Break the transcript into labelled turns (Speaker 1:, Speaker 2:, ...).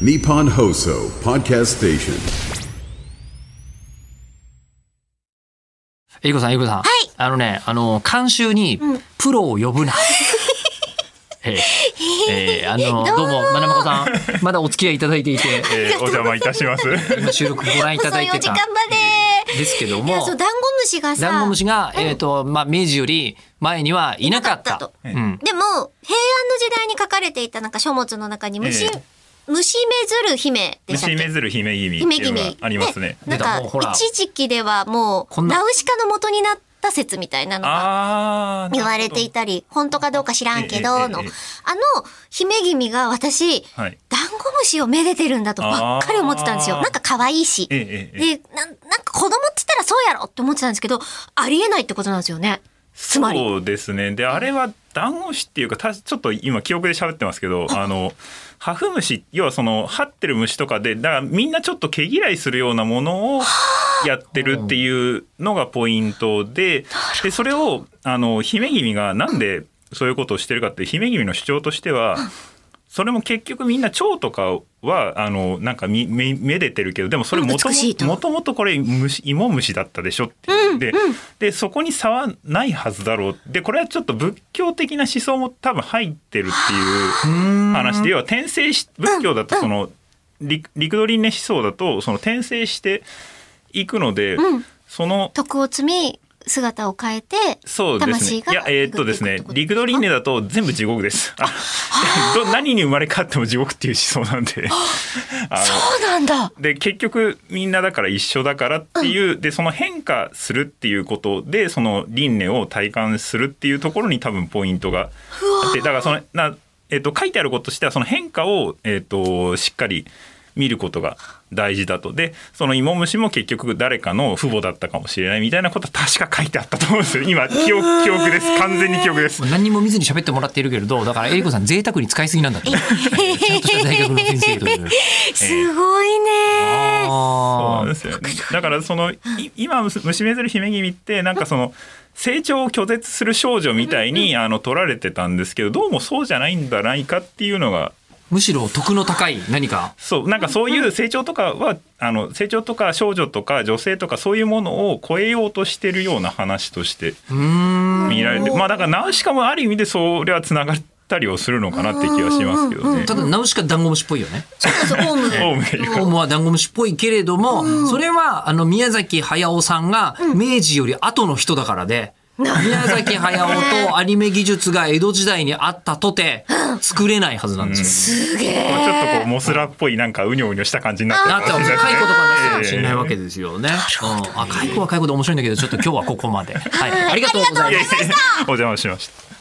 Speaker 1: Nippon Hoso Podcast Station.
Speaker 2: えいこさん、えいこさん。あのね、あの、監修に、プロを呼 ぶな。ええええあの、どうも、まなまこさん、まだお付き合いいただいていて、
Speaker 3: えーお邪魔いた します。
Speaker 2: 今収録ご覧いただい
Speaker 4: 遅
Speaker 2: て
Speaker 4: いお時
Speaker 2: た
Speaker 4: 間
Speaker 2: ん
Speaker 4: まで。
Speaker 2: ですけど
Speaker 4: いや、
Speaker 2: も
Speaker 4: そう、、ダンゴムシがさ、
Speaker 2: ダンゴムシが、えっと、まあ、明治より前にはいなかっ
Speaker 4: いなか
Speaker 2: た
Speaker 4: っ。
Speaker 2: う
Speaker 4: た
Speaker 2: ん。
Speaker 4: でも、平安の時代に書かれていたなんか書物の中に虫、
Speaker 3: ええ
Speaker 4: 虫めずる姫でしたっ
Speaker 3: 虫
Speaker 4: け
Speaker 3: めずる姫君って
Speaker 4: 姫
Speaker 3: いうのが
Speaker 4: 君。
Speaker 3: ありますね。
Speaker 4: なん
Speaker 2: 出た
Speaker 4: か
Speaker 2: もうほら、
Speaker 4: 一時期ではも
Speaker 2: こ
Speaker 4: う、
Speaker 2: んな
Speaker 4: ナウシカの元になった説みたいなのが。
Speaker 3: ああ、
Speaker 4: 言われていたり、本当かどうか知らんけ
Speaker 3: えええ
Speaker 4: ど、
Speaker 3: え
Speaker 4: の、あ
Speaker 3: ええ
Speaker 4: の、姫君が私、ダ
Speaker 3: は
Speaker 4: ンゴム
Speaker 3: い
Speaker 4: シをめでてるんだとばっかり思ってたんですよ。
Speaker 3: あー
Speaker 4: なんか可愛いし。
Speaker 3: ええええええ
Speaker 4: で、なん、なんか子供って言ったらそうやろって思ってたんですけど、ありえないってことなんですよね。つまり。
Speaker 3: そうですね。で、あれはダンゴムシっていうか、たちょっと今記憶で喋ってますけど、あの、ハフ虫、要はその、這ってる虫とかで、だからみんなちょっと毛嫌いするようなものをやってるっていうのがポイントで、で、それを、あの、姫君がなんでそういうことをしてるかって、姫君の主張としては、それも結局みんな蝶とかはあのなんかみめめでてるけどでもそれもと
Speaker 4: 美しいと
Speaker 3: ももともとこれ虫芋虫だったでしょって言って、でそこに差はないはずだろうでこれはちょっと仏教的な思想も多分入ってるっていう話で要は転生し仏教だとその、リ陸ドリンネ思想だとその転生していくので、その
Speaker 4: 徳を積み、姿を変えて、
Speaker 3: そうですね。
Speaker 4: 魂が
Speaker 3: いや、えーっとですね
Speaker 4: 巡っていくってこ、と
Speaker 3: リクドリンネだと全部地獄です。あ ど何に生まれ変わっても地獄っていう思想な んで。あ
Speaker 4: そうなんだ
Speaker 3: ので、結局みんなだから一緒だからっていう、で、その変化するっていうことで、その輪廻を体感するっていうところに多分ポイントがあって、だからその、なえーっと、書いてあることとしては、その変化を、えーっと、しっかり見ることが大事だと。で、その芋虫も結局誰かの父母だったかもしれないみたいなことは確か書いてあったと思うんですよ。今、記憶、記憶です。完全に記憶です。
Speaker 2: 何にも見ずに喋ってもらっているけれど、だから、えりこさん、贅沢に使いすぎなんだって。ちゃんとした大学の先生という。
Speaker 4: すごいね。
Speaker 3: そうな
Speaker 2: あ
Speaker 3: んで
Speaker 2: あ。
Speaker 3: すよね。だからそのい今虫めずる姫君ってなんかその成長を拒絶する少女みたいにあの取られてたんですけどどうもそうじゃないんだないかっていうのが
Speaker 2: むしろ、徳の高い何か。
Speaker 3: そうなんかそういう成長とかはあの成長とか少女とか女性とかそういうものを超えようとしてるような話として
Speaker 2: うーん。
Speaker 3: 見られてまあだからナウシカもある意味でそれはつながったりをするのかなって気がしますけどね。
Speaker 2: ただ、ナウシカダンゴムシっぽいよね。
Speaker 4: そうなんですよ、オウム。
Speaker 3: オウムがいる
Speaker 2: ホームはダンゴムシっぽいけれども、それはあの宮崎駿さんが明治より後の人だからで、宮崎駿 とアニメ技術が江戸時代にあったとて作れないはずなんですよ。
Speaker 4: すげ
Speaker 3: こうちょっとこ
Speaker 4: え。
Speaker 3: うモスラっぽいなんかうにょうにょした感じになって
Speaker 2: なったら
Speaker 3: ますね
Speaker 2: 若い子とかになるかもしれないわけですよね。うん、若い子は若い子で面白いんだけど、ちょっと今日はここまで。はい、ありがとうございます。
Speaker 3: お邪魔しました。